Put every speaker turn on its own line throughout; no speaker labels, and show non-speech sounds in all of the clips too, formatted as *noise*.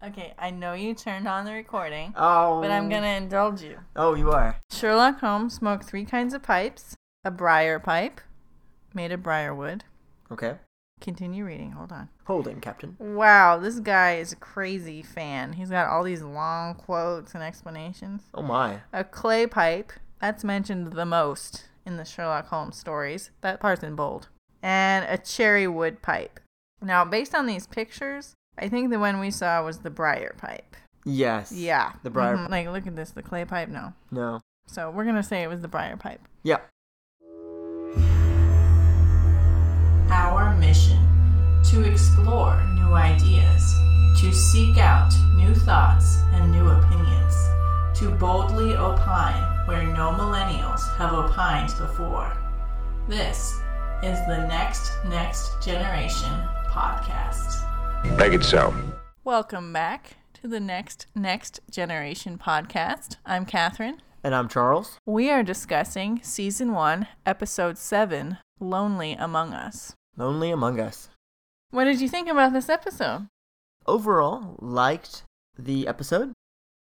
Okay, I know you turned on the recording,
Oh.
but I'm gonna indulge you.
Oh, you are.
Sherlock Holmes smoked three kinds of pipes a briar pipe, made of briar wood.
Okay.
Continue reading, hold on.
Holding, Captain.
Wow, this guy is a crazy fan. He's got all these long quotes and explanations.
Oh my.
A clay pipe, that's mentioned the most in the Sherlock Holmes stories. That part's in bold. And a cherry wood pipe. Now, based on these pictures, I think the one we saw was the briar pipe.
Yes.
Yeah.
The briar
Mhm. Like, look at this, the clay pipe? No.
No.
So we're going to say it was the briar pipe.
Yeah.
Our mission to explore new ideas, to seek out new thoughts and new opinions, to boldly opine where no millennials have opined before. This is the Next Next Generation podcast.
Make it so.
Welcome back to the Next Next Generation podcast. I'm Catherine.
And I'm Charles.
We are discussing Season 1, Episode 7 Lonely Among Us.
Lonely Among Us.
What did you think about this episode?
Overall, liked the episode.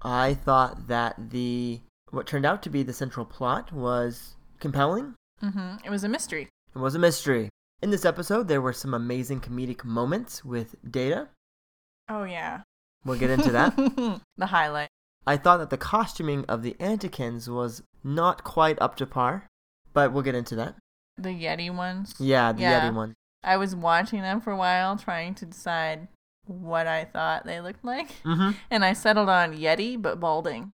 I thought that the what turned out to be the central plot was compelling.
hmm It was a mystery.
It was a mystery. In this episode, there were some amazing comedic moments with Data.
Oh, yeah.
We'll get into that.
*laughs* the highlight.
I thought that the costuming of the Antikins was not quite up to par, but we'll get into that.
The Yeti ones.
Yeah, the
Yeah.
Yeti one.
I was watching them for a while, trying to decide what I thought they looked like.
Mm-hmm.
And I settled on Yeti, but balding.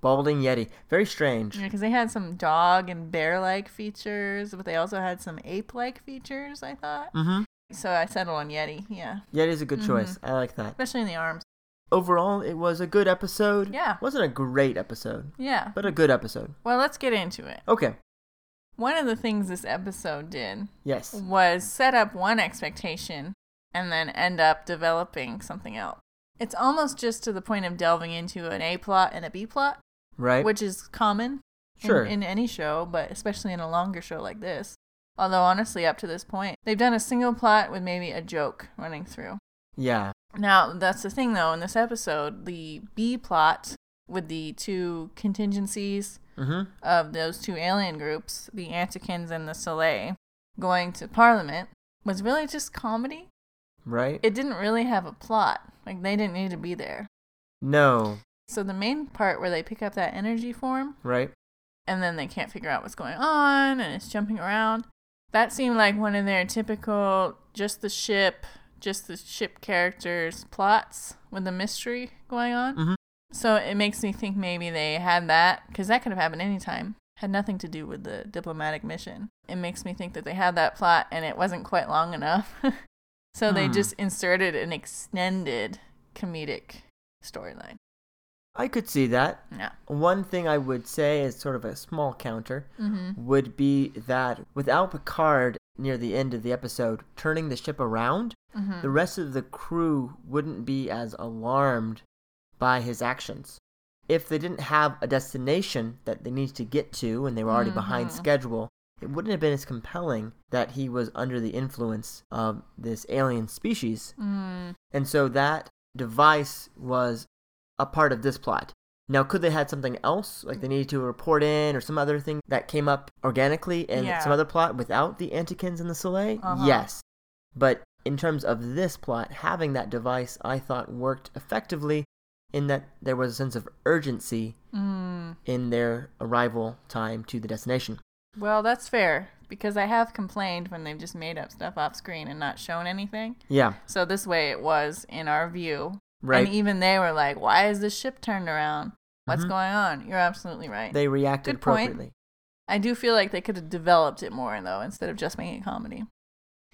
Balding Yeti. Very strange.
Because they had some dog and bear like features, but they also had some ape like features, I thought.
Mm-hmm.
So I settled on Yeti, yeah.
Yeti's a
Mm-hmm.
good choice. I like that.
Especially in the arms.
Overall, it was a good episode.
Yeah.
Wasn't a great episode,
Yeah.
but a good episode.
Well, let's get into it.
Okay.
One of the things this episode did
Yes.
was set up one expectation and then end up developing something else. It's almost just to the point of delving into an A plot and a B plot,
Right?
which is common in-
Sure.
in, any show, but especially in a longer show like this. Although, honestly, up to this point, they've done a single plot with maybe a joke running through.
yeah.
Now, that's the thing though, in this episode, the B plot with the two contingencies
Mm-hmm.
of those two alien groups, the Antikins and the Soleil, going to Parliament was really just comedy.
Right?
It didn't really have a plot. Like they didn't need to be there.
no.
So the main part where they pick up that energy form
Right?
and then they can't figure out what's going on and it's jumping around. That seemed like one of their typical just the ship, just the ship characters plots with the mystery going on.
Mhm.
So it makes me think maybe they had that because that could have happened anytime. Had nothing to do with the diplomatic mission. It makes me think that they had that plot and it wasn't quite long enough. *laughs* so they
Hmm.
just inserted an extended comedic storyline.
I could see that.
Yeah.
One thing I would say is sort of a small counter
Mm-hmm.
would be that without Picard near the end of the episode turning the ship around,
Mm-hmm.
the rest of the crew wouldn't be as alarmed by his actions. If they didn't have a destination that they needed to get to and they were already behind
Mhm.
schedule, it wouldn't have been as compelling that he was under the influence of this alien species.
Mm.
And so that device was a part of this plot. Now, could they had something else, like they needed to report in or some other thing that came up organically in
Yeah.
some other plot without the Antikins and the Soleil?
Uh-huh.
Yes. But in terms of this plot, having that device, I thought worked effectively in that there was a sense of urgency
Mm.
in their arrival time to the destination.
Well, that's fair because I have complained when they've just made up stuff off screen and not shown anything.
Yeah,
So this way it was in our view.
right.
And even they were like, "Why is this ship turned around? What's
Mhm.
going on?" You're absolutely right.
they reacted
Good point.
appropriately.
I do feel like they could have developed it more though instead of just making it comedy.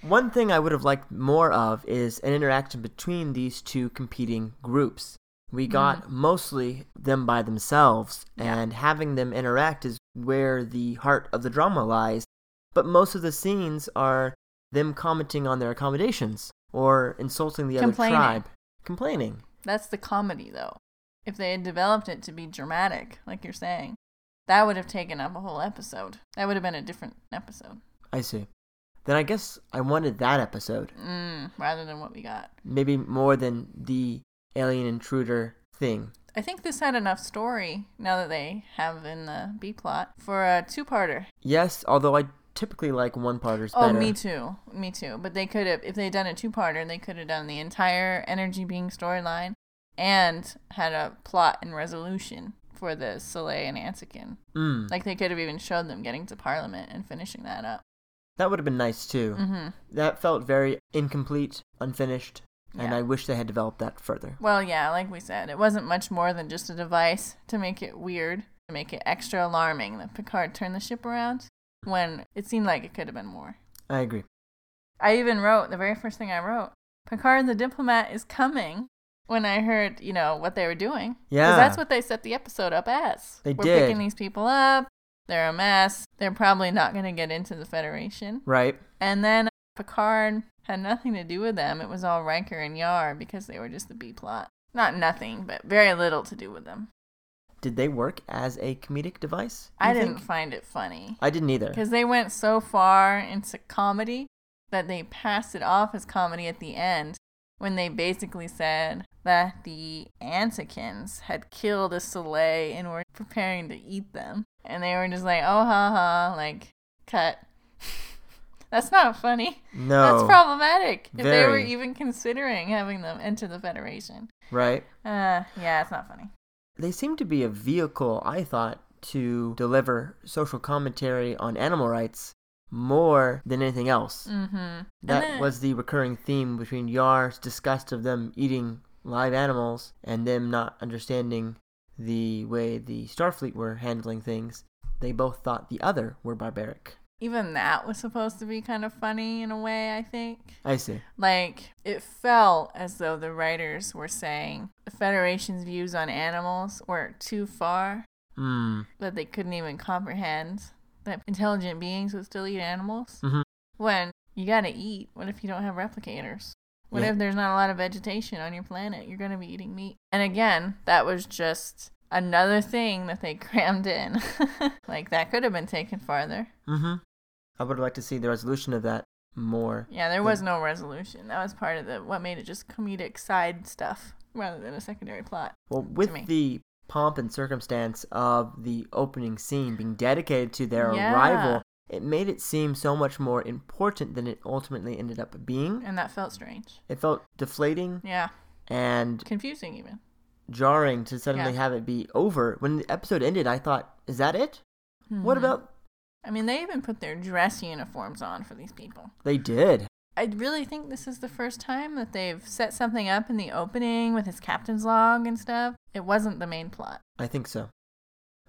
One thing I would have liked more of is an interaction between these two competing groups.
Mm-hmm.
We got mostly them by themselves, and having them interact is where the heart of the drama lies. But most of the scenes are them commenting on their accommodations or insulting the other
Complaining.
tribe, complaining.
That's the comedy though. If they had developed it to be dramatic, like you're saying, that would have taken up a whole episode. That would have been a different episode.
I see. Then I guess I wanted that episode,
Mm, rather than what we got.
maybe more than the alien intruder thing.
I think this had enough story now that they have in the B plot for a two parter.
Yes, although I typically like one parters
Oh,
better.
me too. Me too. But they could have, if they'd done a two parter, they could have done the entire energy being storyline and had a plot and resolution for the Soleil and Antikin.
Mm,
Like they could have even showed them getting to Parliament and finishing that up.
that would have been nice too.
hmm
That felt very incomplete, unfinished, and
Yeah.
I wish they had developed that further.
Well, yeah, like we said, it wasn't much more than just a device to make it weird, to make it extra alarming that Picard turned the ship around when it seemed like it could have been more.
I agree.
I even wrote the very first thing I wrote Picard the diplomat is coming when I heard, you know, what they were doing. 'Cause
Yeah.
that's what they set the episode up as.
They
we're
did.
picking these people up. They're a mess. They're probably not going to get into the Federation.
Right.
And then Picard had nothing to do with them. It was all Riker and Yar because they were just the B plot. Not nothing, but very little to do with them.
Did they work as a comedic device?
I
you
didn't
think?
find it funny
I didn't either.
because they went so far into comedy that they passed it off as comedy at the end when they basically said that the Antikins had killed a Soleil and were preparing to eat them. And they were just like, oh, ha, ha, like, cut. *laughs* That's not funny.
No.
That's problematic. If they were
Very.
even considering having them enter the Federation.
Right.
Uh, yeah, it's not funny.
They seem to be a vehicle, I thought, to deliver social commentary on animal rights more than anything else.
Mm-hmm.
That
then-
was the recurring theme between Yar's disgust of them eating live animals and them not understanding the way the Starfleet were handling things. They both thought the other were barbaric.
Even that was supposed to be kind of funny in a way, I think.
I see.
Like, it felt as though the writers were saying the Federation's views on animals were too far
Hmm.
that they couldn't even comprehend that intelligent beings would still eat animals.
Mhm.
When you gotta eat, what if you don't have replicators? What
Yeah.
if there's not a lot of vegetation on your planet? You're gonna be eating meat. And again, that was just another thing that they *laughs* crammed in. like, that could have been taken farther.
Mm-hmm. I would like to see the resolution of that more.
Yeah, there
The-
was no resolution. That was part of the what made it just comedic side stuff rather than a secondary plot.
Well, with
me.
the pomp and circumstance of the opening scene being dedicated to their
Yeah.
arrival, it made it seem so much more important than it ultimately ended up being.
And that felt strange.
It felt deflating
Yeah.
and
Confusing even.
jarring to suddenly
Yeah.
have it be over. When the episode ended, I thought, is that it? What
Mhm.
about.
I mean, they even put their dress uniforms on for these people.
They did.
I really think this is the first time that they've set something up in the opening with his captain's log and stuff. It wasn't the main plot.
I think so.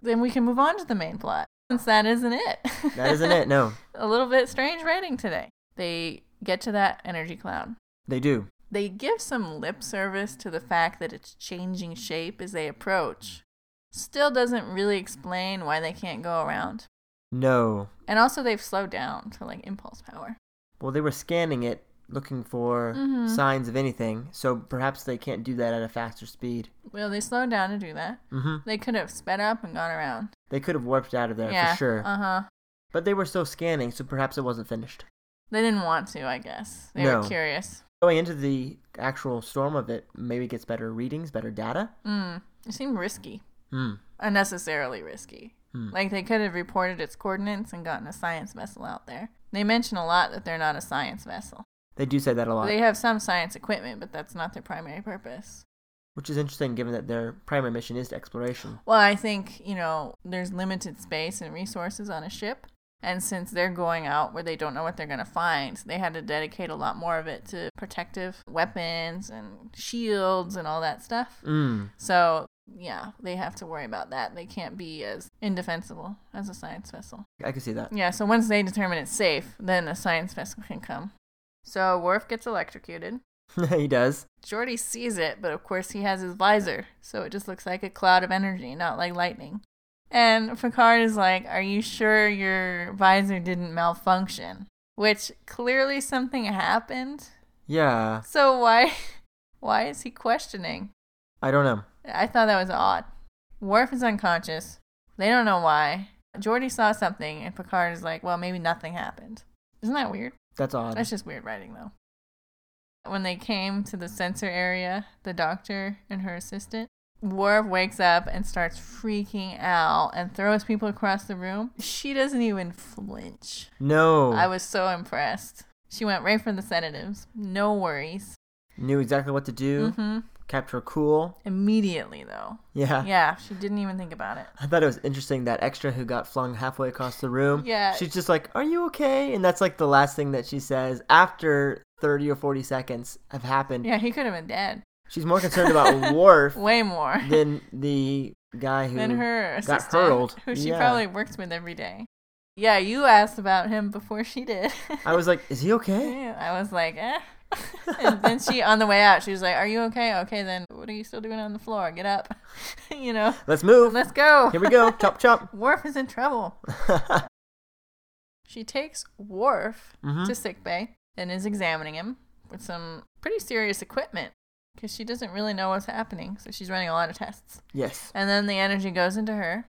Then we can move on to the main plot. Since that isn't it.
That isn't it. No,
*laughs* a little bit strange writing today. They get to that energy cloud.
they do.
They give some lip service to the fact that it's changing shape as they approach. Still doesn't really explain why they can't go around.
No.
And also, they've slowed down to like impulse power.
Well, they were scanning it looking for
Mhm.
signs of anything, so perhaps they can't do that at a faster speed.
Well, they slowed down to do that.
hmm
They could have sped up and gone around.
They could have warped out of there for sure.
Uh huh.
but they were still scanning, so perhaps it wasn't finished.
They didn't want to, I guess. They
No.
were curious.
Going into the actual storm of it, maybe gets better readings, better data.
Mm. It seemed risky.
Hmm.
Unnecessarily risky.
Hmm.
Like, they could have reported its coordinates and gotten a science vessel out there. They mention a lot that they're not a science vessel.
They do say that a lot,
They have some science equipment, but that's not their primary purpose.
which is interesting given that their primary mission is exploration.
Well, I think, you know, there's limited space and resources on a ship. And since they're going out where they don't know what they're going to find, they had to dedicate a lot more of it to protective weapons and shields and all that stuff.
Mm.
So, yeah, they have to worry about that. They can't be as indefensible as a science vessel.
I can see that.
Yeah, so once they determine it's safe, then a science vessel can come. So, Worf gets electrocuted.
*laughs* he does.
Jordy sees it, but of course he has his visor, so it just looks like a cloud of energy, not like lightning. And Picard is like, Are you sure your visor didn't malfunction? Which clearly something happened.
Yeah.
So why *laughs* why is he questioning?
I don't know.
I thought that was odd. Worf is unconscious. They don't know why. Jordy saw something and Picard is like, Well, maybe nothing happened. Isn't that weird?
That's odd.
That's just weird writing though. when they came to the sensor area, the doctor and her assistant, Worf wakes up and starts freaking out and throws people across the room. She doesn't even flinch.
No.
I was so impressed. She went right for the sedatives. No worries.
Knew exactly what to do.
hmm
Kept her cool.
Immediately, though.
Yeah.
Yeah, she didn't even think about it.
*laughs* I thought it was interesting that extra who got flung halfway across the room.
Yeah.
She's just like, Are you okay? And that's like the last thing that she says after 30 or 40 seconds have happened.
Yeah, he could have been dead.
She's more
*laughs*
concerned about Worf
Way
*laughs*
more
than the guy who.
than her
got
assistant,
hurled.
who she
Yeah.
probably works with every day. Yeah, you asked about him before she did. *laughs*
I was like, Is he okay?
Yeah, *laughs* I was like, eh. and then she, on the way out, she was like, "Are you okay? Okay, then what are you still doing on the floor? Get up, *laughs* you know,
Let's move.
let's go."
Here we
*laughs*
go. chop, chop. *laughs*
Worf is in trouble. She takes Worf
Mm-hmm.
to sick bay and is examining him with some pretty serious equipment because she doesn't really know what's happening, so she's running a lot of tests.
yes,
And then the energy goes into her.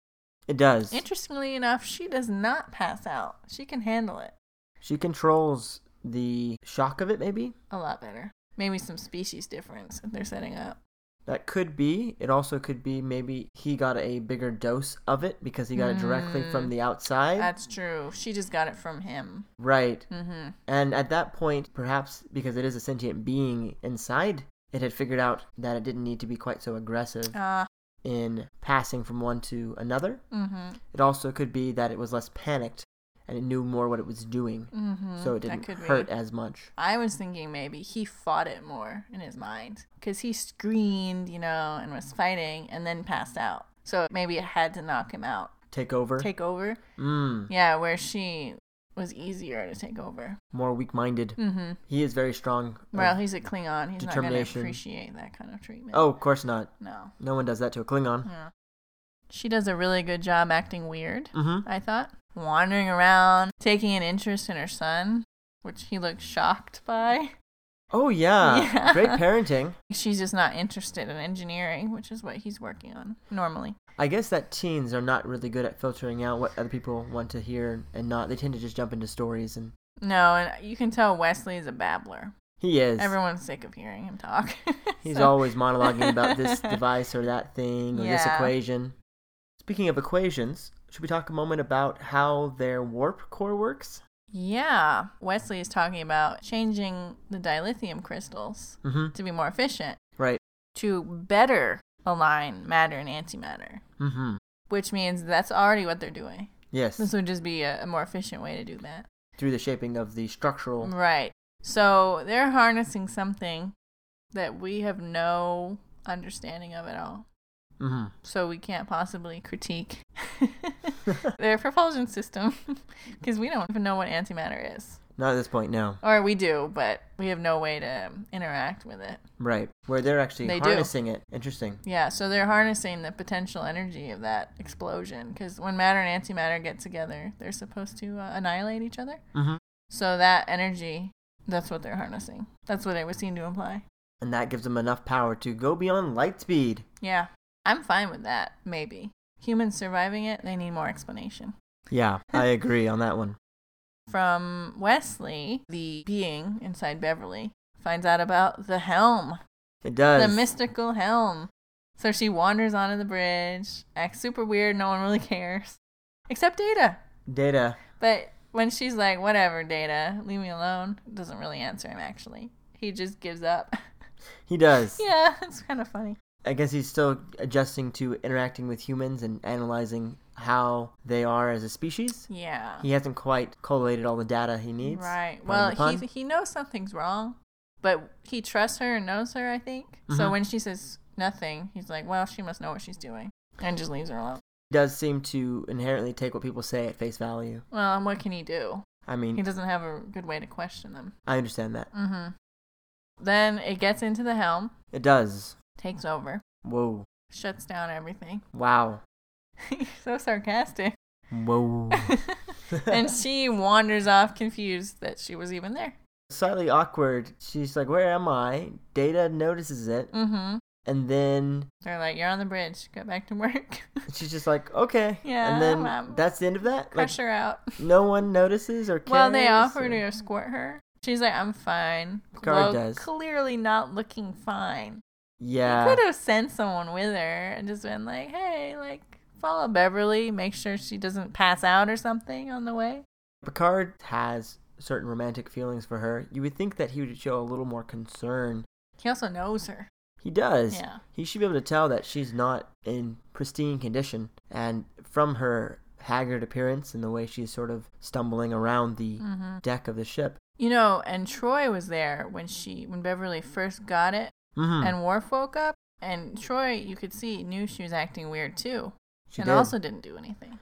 it does.
Interestingly enough, she does not pass out. She can handle it
She controls the shock of it, maybe?
a lot better. Maybe some species difference that they're setting up.
That could be. It also could be maybe he got a bigger dose of it because he got it directly
Hmm.
from the outside.
That's true. She just got it from him.
right.
hmm
And at that point, perhaps because it is a sentient being inside, it had figured out that it didn't need to be quite so aggressive
Uh,
in passing from one to another.
hmm
It also could be that it was less panicked and it knew more what it was doing,
hmm
so it didn't
could be.
hurt as much.
I was thinking maybe he fought it more in his mind because he screamed, you know, and was fighting and then passed out. So maybe it had to knock him out,
Take over.
take over.
mm,
Yeah, where she was easier to take over.
more weak-minded.
hmm
He is very strong.
Well, he's a Klingon. He's not going to
Oh. Determination.
appreciate that kind of treatment.
oh, of course not.
no.
No one does that to a
*laughs*
Klingon.
Yeah. She does a really good job acting weird.
hmm
I thought. Wandering around, taking an interest in her son, which he looks shocked by.
Oh yeah.
Yeah.
great parenting.
She's just not interested in engineering, which is what he's working on normally.
I guess that teens are not really good at filtering out what other people want to hear and not. They tend to just jump into stories, and
No, and you can tell Wesley is a babbler.
he is.
Everyone's sick of hearing him talk. *laughs*
He's
So-
always monologuing
*laughs*
about this device or that thing or this
Yeah.
equation. Speaking of equations, should we talk a moment about how their warp core works?
Yeah. Wesley is talking about changing the dilithium crystals
Mm-hmm.
to be more efficient,
Right.
to better align matter and antimatter,
Mm-hmm.
which means that's already what they're doing.
Yes.
This would just be a, a more efficient way to do that.
Through the shaping of the structural.
Right. So they're harnessing something that we have no understanding of at all.
Mm-hmm.
So we can't possibly critique *laughs* their propulsion system *laughs* because we don't even know what antimatter is.
Not at this point, no.
Or we do, but we have no way to interact with it.
Right. Where they're actually
They do.
harnessing it. Interesting.
Yeah, so they're harnessing the potential energy of that explosion because when matter and antimatter get together, they're supposed to uh, annihilate each other.
Mhm.
So that energy, that's what they're harnessing. That's what it would seem to imply.
And that gives them enough power to go beyond light speed.
Yeah, I'm fine with that, maybe. Humans surviving it, they need more explanation. *laughs*
Yeah, I agree on that one.
From Wesley, the being inside Beverly finds out about the helm,
It does.
the mystical helm. So she wanders onto the bridge, acts super weird, no one really *laughs* cares, except Data.
Data.
But when she's like, whatever, Data, leave me alone, doesn't really answer him actually. He just gives up. *laughs*
He does.
yeah, it's kind of funny.
I guess he's still adjusting to interacting with humans and analyzing how they are as a species.
Yeah.
He hasn't quite collated all the data he needs.
Right.
Pardon the
Well,
pun.
he he knows something's wrong, but he trusts her and knows her. I think. So
Mhm.
when she says nothing, he's like, "Well, she must know what she's doing," and just leaves her alone.
does seem to inherently take what people say at face value.
Well, and what can he do?
I
He
mean,
doesn't have a good way to question them.
I understand that.
hmm Then it gets into the helm,
It does.
takes over,
Whoa.
shuts down everything. *laughs*
Wow.
You're so sarcastic. *laughs*
Whoa.
and she wanders off, confused that she was even there.
Slightly awkward. She's like, Where am I? Data notices it.
hmm
And then
They're like, "You're on the bridge. Go back to work." *laughs*
she's just like, Okay.
Yeah,
And then
um,
that's the end of that? Like,
Crush her out.
no one notices or cares?
Well, they offered
or-
to escort her, She's like, I'm fine.
Guard does.
clearly not looking fine.
Yeah.
Could have sent someone with her and just been like, hey, like, follow Beverly, make sure she doesn't pass out or something on the way.
Picard has certain romantic feelings for her. You would think that he would show a little more concern.
He also knows her.
He does.
Yeah.
He should be able to tell that she's not in pristine condition. And from her haggard appearance and the way she's sort of stumbling around the
Mm-hmm.
deck of the ship.
You know, and Troy was there when she when Beverly first got it
Mm-hmm.
and Worf woke up and Troy, you could see, knew she was acting weird too.
she
and
did.
also didn't do anything.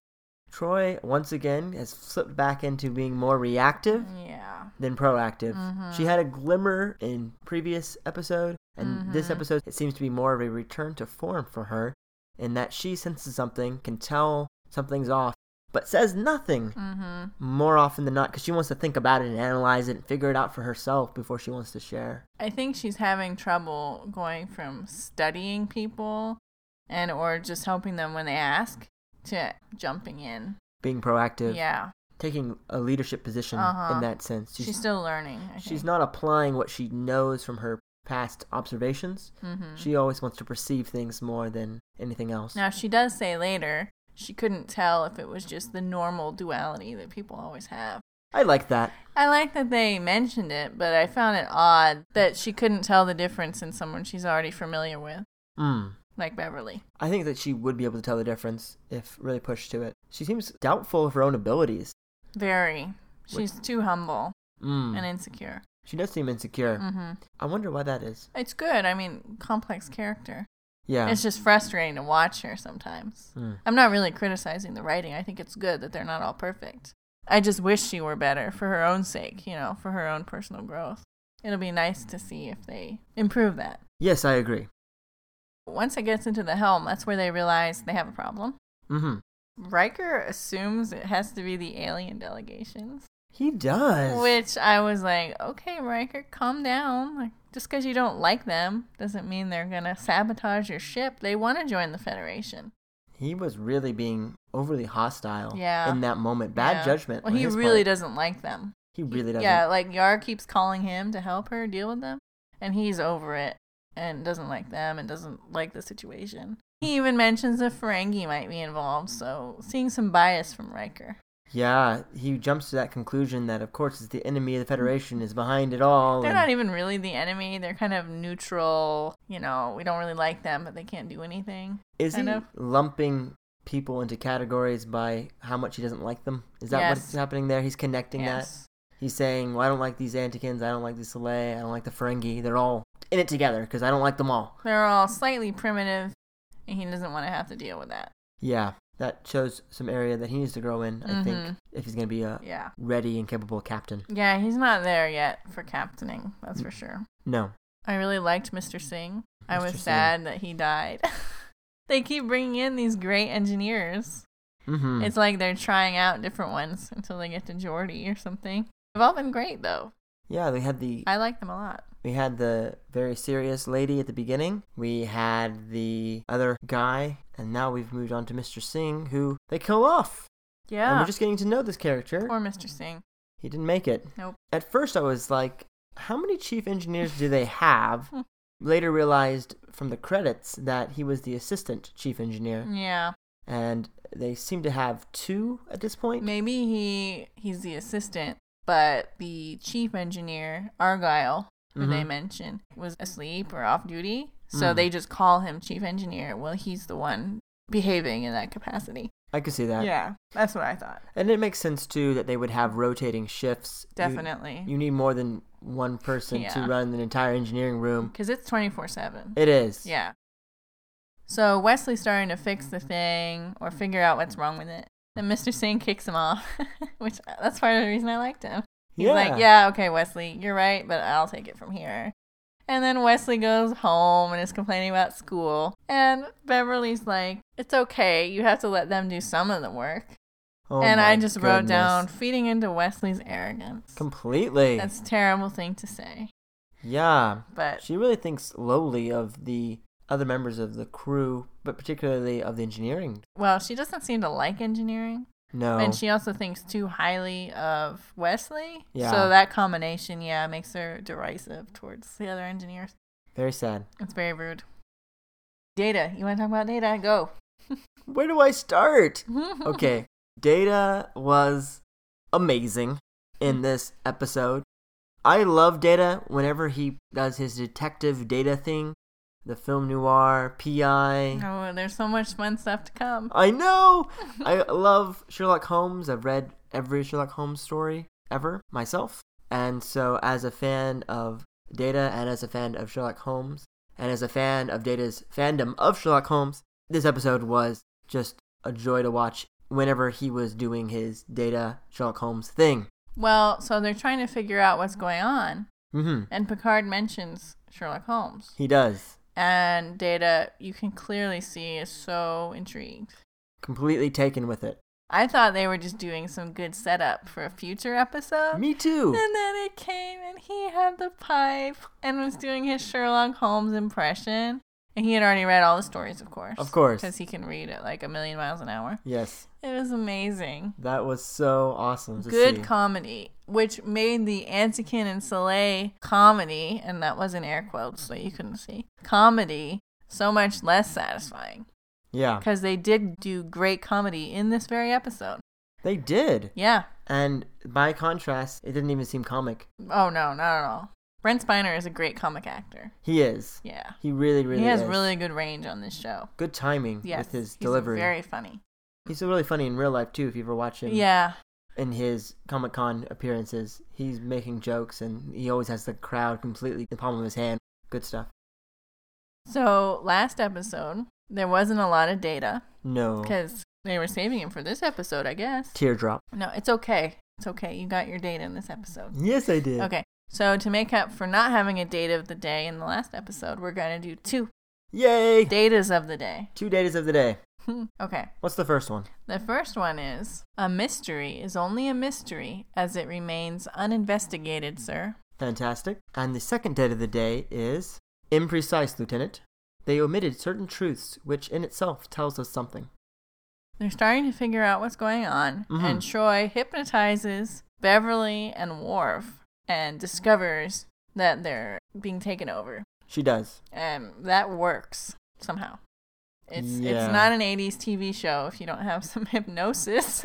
Troy, once again, has slipped back into being more reactive
Yeah.
than proactive.
Mm-hmm.
She had a glimmer in previous episode, and this
Mm-hmm.
episode it seems to be more of a return to form for her, in that she senses something, can tell something's off, but says nothing
Mm-hmm. Mm.
more often than not because she wants to think about it and analyze it and figure it out for herself before she wants to share.
I think she's having trouble going from studying people and or just helping them when they ask to jumping in.
Being proactive,
Yeah.
taking a leadership position
Uh-huh.
in that sense.
She's, still learning. I
she's
think.
not applying what she knows from her past observations. She always wants to perceive things more than anything else.
Mm-hmm. Now she does say later she couldn't tell if it was just the normal duality that people always have.
I like that.
I like that they mentioned it, but I found it odd that she couldn't tell the difference in someone she's already familiar with,
Mm.
like Beverly.
I think that she would be able to tell the difference if really pushed to it. She seems doubtful of her own abilities.
Very. She's too humble
Mm.
and insecure.
she does seem insecure.
hmm
I wonder why that is.
It's good. I mean, complex character.
Yeah.
It's just frustrating to watch her sometimes.
Mm.
I'm not really criticizing the writing. I think it's good that they're not all perfect. I just wish she were better for her own sake, you know, for her own personal growth. It'll be nice to see if they improve that.
yes, I agree.
Once it gets into the helm, that's where they realize they have a problem.
hmm
Riker assumes it has to be the alien delegations,
He does.
which I was like, okay, Riker, calm down. Like, just because you don't like them doesn't mean they're going to sabotage your ship. They want to join the Federation.
he was really being overly hostile
Yeah.
in that moment. Bad
Yeah.
judgment.
Well,
on
he
his
really
part.
doesn't like them.
He really doesn't.
Yeah, like Yar keeps calling him to help her deal with them, and he's over it and doesn't like them and doesn't like the situation. He even mentions a Ferengi might be involved, so seeing some bias from Riker.
Yeah, he jumps to that conclusion that, of course, it's the enemy of the Federation is behind it all.
They're
and-
not even really the enemy. They're kind of neutral. You know, we don't really like them, but they can't do anything.
is he
kind of.
lumping people into categories by how much he doesn't like them? Is that what's
Yes.
happening there? He's connecting that.
Yes.
He's saying, well, I don't like these Antikins, I don't like these Soleil, I don't like the Ferengi. They're all in it together because I don't like them all.
They're all slightly primitive, and he doesn't want to have to deal with that.
Yeah, that shows some area that he needs to grow in, I think,
Mhm.
if he's going to be a
Yeah.
ready and capable captain.
Yeah, he's not there yet for captaining, that's for sure.
No.
I really liked Mr. Singh. I
Mr.
was
Singh.
sad that he died. *laughs* they keep bringing in these great engineers.
Mm-hmm.
It's like they're trying out different ones until they get to Geordie or something. They've all been great though.
yeah, we had the
I like them a lot.
we had the very serious lady at the beginning. We had the other guy, and now we've moved on to Mr. Singh, who they kill off. And
Yeah.
we're just getting to know this character.
Poor Mr. Singh.
He didn't make it.
Nope.
At first, I was like, how many chief engineers do they
*laughs*
have?
Hmm.
Later, realized from the credits that he was the assistant chief engineer,
Yeah.
and they seem to have two at this point.
Maybe he he's the assistant, but the chief engineer, Argyle, who they
Mhm.
mention, was asleep or off duty. So
Mm.
they just call him chief engineer. Well, he's the one behaving in that capacity.
I could see that.
Yeah. That's what I thought.
And it makes sense, too, that they would have rotating shifts. You-
Definitely.
You, need more than one person to
Yeah.
run an entire engineering room.
Because it's 24 7.
It is.
Yeah. So Wesley's starting to fix the thing or figure out what's wrong with it. Then Mr. Singh kicks him off, *laughs* which uh, that's part of the reason I liked him. He's
yeah.
like, yeah, okay, Wesley, you're right, but I'll take it from here. And then Wesley goes home and is complaining about school. And Beverly's like, it's okay. You have to let them do some of the work.
Oh
and I
my
just wrote
goodness.
down feeding into Wesley's arrogance.
Completely.
That's a terrible thing to say.
Yeah.
But
She really thinks lowly of the other members of the crew, but particularly of the engineering.
Well, she doesn't seem to like engineering.
No.
And she also thinks too highly of Wesley.
Yeah.
So that combination, yeah, makes her derisive towards the other engineers.
Very sad.
It's very rude. Data. You want to talk about data? Go. *laughs*
Where do I start? okay. Data was amazing in this episode. I love Data whenever he does his detective data thing, the film noir, PI.
Oh, there's so much fun stuff to come.
I know. I love Sherlock Holmes. I've read every Sherlock Holmes story ever myself. And so, as a fan of Data and as a fan of Sherlock Holmes, and as a fan of Data's fandom of Sherlock Holmes, this episode was just a joy to watch whenever he was doing his Data Sherlock Holmes thing.
Well, so they're trying to figure out what's going on,
hmm
and Picard mentions Sherlock Holmes.
He does.
And Data, you can clearly see, is so intrigued.
Completely taken with it.
I thought they were just doing some good setup for a future episode.
Me too.
And then it came and he had the pipe and was doing his Sherlock Holmes impression. And he had already read all the stories, of course.
Of course.
Because he can read at like a million miles an hour.
Yes,
It was amazing.
that was so awesome. To
Good
see.
comedy, which made the Antikin and Soleil comedy, and that was in air quotes that you couldn't see, comedy so much less satisfying.
yeah,
Because they did do great comedy in this very episode.
they did.
Yeah.
And by contrast, it didn't even seem comic.
Oh, no, not at all. Brent Spiner is a great comic actor.
He is.
Yeah.
He really, really
he has
is.
really good range on this show.
good timing
Yes,
with his
he's
delivery.
very funny.
He's really funny in real life too. If you ever watch him
Yeah,
in his Comic Con appearances, he's making jokes and he always has the crowd completely in the palm of his hand. Good stuff.
So last episode, there wasn't a lot of data
No
because they were saving him for this episode, I guess.
teardrop.
No, it's okay. It's okay. You got your data in this episode.
Yes, I did.
Okay. So to make up for not having a data of the day in the last episode, we're going to do two
Yay!
datas of the day. *laughs*
Two datas of the day.
Hmm, okay.
What's the first one?
The first one is a mystery is only a mystery as it remains uninvestigated, sir.
Fantastic. And the second date of the day is imprecise, Lieutenant. They omitted certain truths, which in itself tells us something.
They're starting to figure out what's going on,
Mhm.
and Troy hypnotizes Beverly and Worf and discovers that they're being taken over.
She does.
And that works somehow. It's
Yeah.
it's not an 80s TV show if you don't have some *laughs* hypnosis.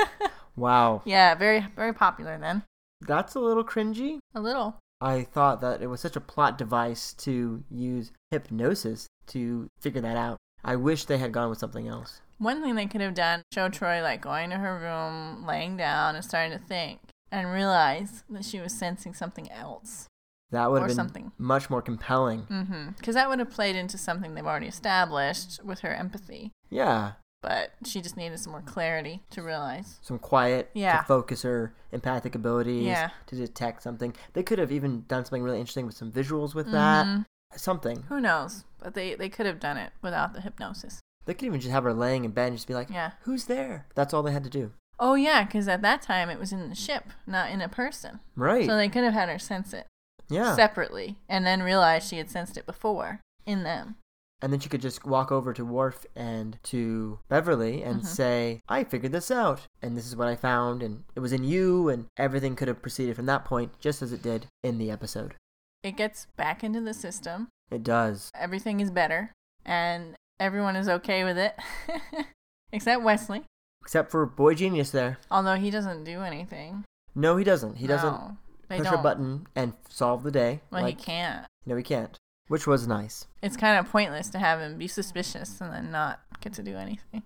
Wow.
yeah, very very popular then.
That's a little cringy.
A little.
I thought that it was such a plot device to use hypnosis to figure that out. I wish they had gone with something else.
One thing they could have done show Troy like going to her room, laying down and starting to think and realize that she was sensing something else.
That would
Or
have been
something.
much more compelling.
Mm-hmm. Because that would have played into something they've already established with her empathy,
Yeah,
but she just needed some more clarity to realize.
some quiet
Yeah.
to focus her empathic abilities
Yeah.
to detect something. They could have even done something really interesting with some visuals with that.
Mhm.
Something.
Who knows? But they they could have done it without the hypnosis.
They could even just have her laying in bed and just be like,
Yeah.
"Who's there?" That's all they had to do.
Oh yeah, because at that time it was in the ship, not in a person.
Right.
So they could have had her sense it
yeah.
separately, and then realized she had sensed it before in them.
And then she could just walk over to Worf and to Beverly
Mm-hmm.
and say, I figured this out, and this is what I found, and it was in you, and everything could have proceeded from that point, just as it did in the episode.
It gets back into the system.
It does.
Everything is better, and everyone is okay with it, *laughs* except Wesley.
Except for Boy Genius there.
Although he doesn't do anything.
No, he doesn't. He doesn't
No, they
push
don't.
a button and solve the day.
Well,
like-
he can't.
No, he can't. Which was nice.
It's kind of pointless to have him be suspicious and then not get to do anything.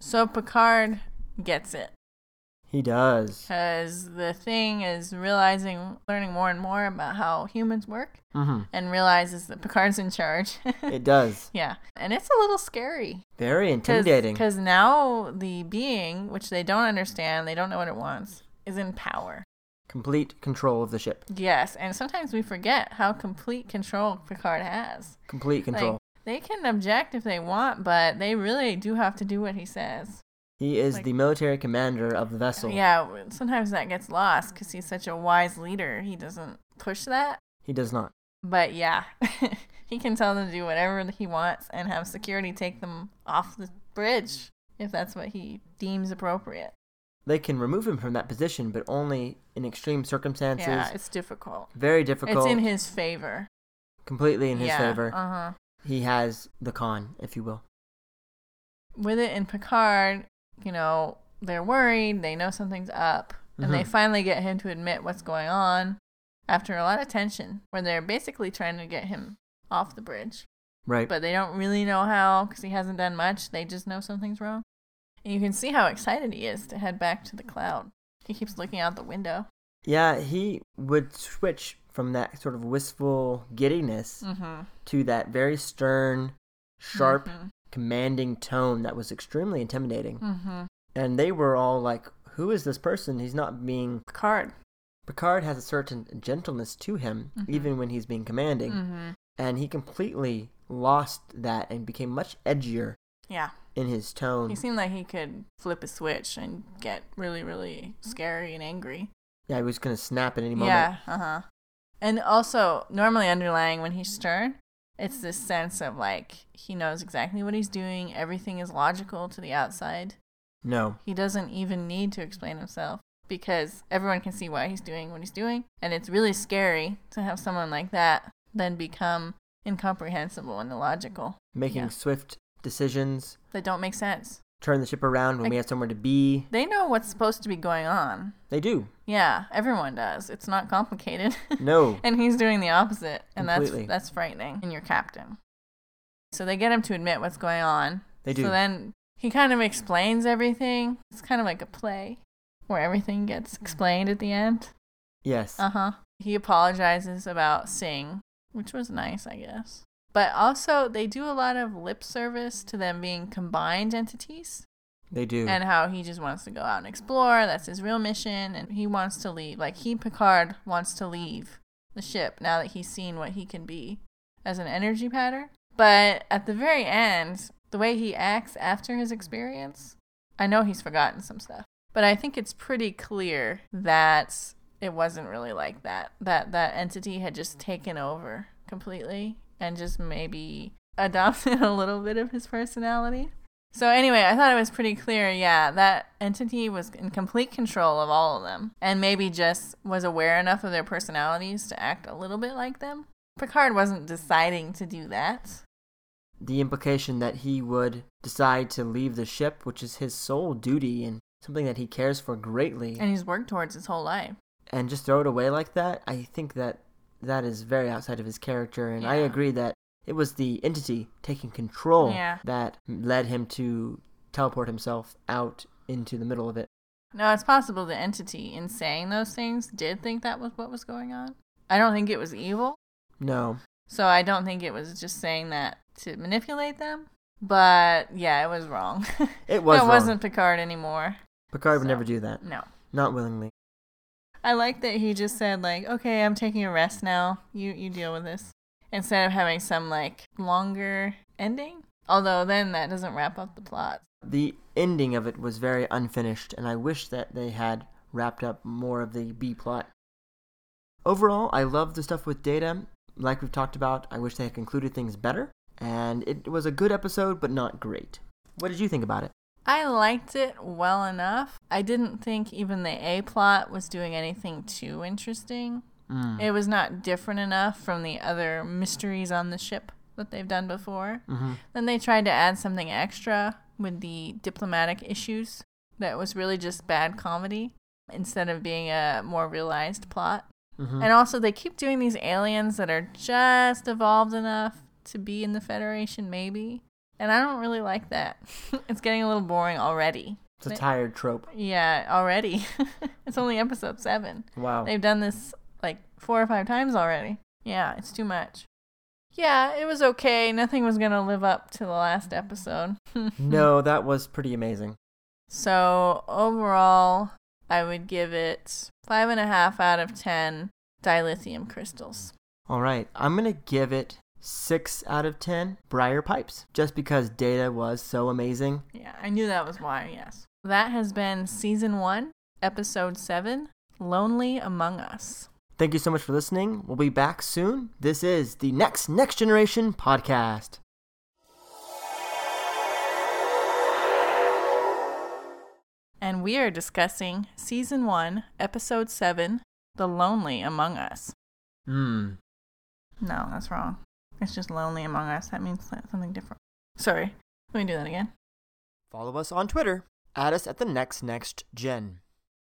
So Picard gets it
He does.
because the thing is realizing, learning more and more about how humans work,
hmm
*laughs* and realizes that Picard's in charge. *laughs*
It does.
yeah, and it's a little scary.
Very intimidating.
Because now the being, which they don't understand, they don't know what it wants, is in power.
Complete control of the ship.
Yes, and sometimes we forget how complete control Picard has.
Complete
Like,
control.
they can object if they want, but they really do have to do what he says.
he is
like-
the military commander of the vessel.
Yeah, w- sometimes that gets lost because he's such a wise leader. He doesn't push that.
He does not.
But yeah, *laughs* he can tell them to do whatever he wants and have security take them off the bridge if that's what he deems appropriate.
They can remove him from that position, but only in extreme circumstances.
yeah, it's difficult.
Very difficult.
It's in his favor.
completely in his
yeah,
favor.
Uh huh.
he has the con, if you will.
with it in Picard, you know, they're worried, they know something's up, and they
Mhm.
finally get him to admit what's going on after a lot of tension, where they're basically trying to get him off the bridge.
Right.
But they don't really know how because he hasn't done much. They just know something's wrong. And you can see how excited he is to head back to the cloud. He keeps looking out the window.
yeah, he would switch from that sort of wistful giddiness
Mm-hmm.
to that very stern, sharp, commanding tone that was extremely intimidating.
Mm-hmm.
And they were all like, who is this person? He's not being.
Picard.
Picard has a certain gentleness to him,
Mhm.
even when he's being commanding.
Mm-hmm.
And he completely lost that and became much edgier
Yeah.
in his tone.
He seemed like he could flip a switch and get really, really scary and angry.
yeah, he was going to snap at any moment.
Yeah, uh huh. And also, normally underlying when he's stern, it's this sense of like he knows exactly what he's doing. Everything is logical to the outside.
No.
He doesn't even need to explain himself because everyone can see why he's doing what he's doing. And it's really scary to have someone like that then become incomprehensible and illogical
Making
Yeah.
swift decisions,
that don't make sense.
turn the ship around when
Like-
we have somewhere to be.
They know what's supposed to be going on.
They do.
Yeah, everyone does. It's not complicated. *laughs*
No.
and he's doing the opposite, and
Completely.
that's that's frightening. And your captain. So they get him to admit what's going on.
They do.
So then he kind of explains everything. It's kind of like a play where everything gets explained at the end.
yes.
Uh huh. He apologizes about Sing, which was nice, I guess. But also, they do a lot of lip service to them being combined entities
they do.
and how he just wants to go out and explore. That's his real mission, and he wants to leave. Like he, Picard, wants to leave the ship now that he's seen what he can be as an energy pattern. But at the very end, the way he acts after his experience, I know he's forgotten some stuff, but I think it's pretty clear that it wasn't really like that. That that entity had just taken over completely and just maybe *laughs* adopted a little bit of his personality. So anyway, I thought it was pretty clear, yeah, that entity was in complete control of all of them and maybe just was aware enough of their personalities to act a little bit like them. Picard wasn't deciding to do that.
the implication that he would decide to leave the ship, which is his sole duty and something that he cares for greatly,
And he's worked towards his whole life.
and just throw it away like that, I think that that is very outside of his character. And I
Yeah.
agree that it was the entity taking control
Yeah.
that led him to teleport himself out into the middle of it.
Now it's possible the entity in saying those things did think that was what was going on. I don't think it was evil.
No.
So I don't think it was just saying that to manipulate them. But yeah, it was wrong. *laughs*
It was
it
wrong.
wasn't Picard anymore.
Picard would
So,
never do that.
No.
Not willingly.
I like that he just said like, "Okay, I'm taking a rest now. You you deal with this." Instead of having some like longer ending. Although then that doesn't wrap up the plot.
The ending of it was very unfinished, and I wish that they had wrapped up more of the B plot. Overall, I love the stuff with Data. Like we've talked about, I wish they had concluded things better, and it was a good episode, but not great. What did you think about it?
I liked it well enough. I didn't think even the A plot was doing anything too interesting.
Mm.
It was not different enough from the other mysteries on the ship that they've done before.
hmm
Then they tried to add something extra with the diplomatic issues that was really just bad comedy instead of being a more realized plot.
hmm
And also, they keep doing these aliens that are just evolved enough to be in the Federation, maybe. And I don't really like that. *laughs* it's getting a little boring already.
It's a tired trope.
Yeah, already. *laughs* it's only episode seven.
Wow.
They've done this like four or five times already. Yeah, it's too much. Yeah, it was okay. Nothing was going to live up to the last episode. *laughs*
no, that was pretty amazing.
So overall, I would give it five and a half out of ten dilithium crystals.
All right, I'm gonna give it six out of ten briar pipes, just because Data was so amazing.
Yeah, I knew that was why, yes. That has been season one, episode seven Lonely Among Us.
Thank you so much for listening. We'll be back soon. This is the Next Next Generation podcast.
and we are discussing Season 1, Episode 7 The Lonely Among Us.
Hmm.
No, that's wrong. It's just Lonely Among Us. That means something different. Sorry. Let me do that again.
Follow us on Twitter. Add us at the next next gen.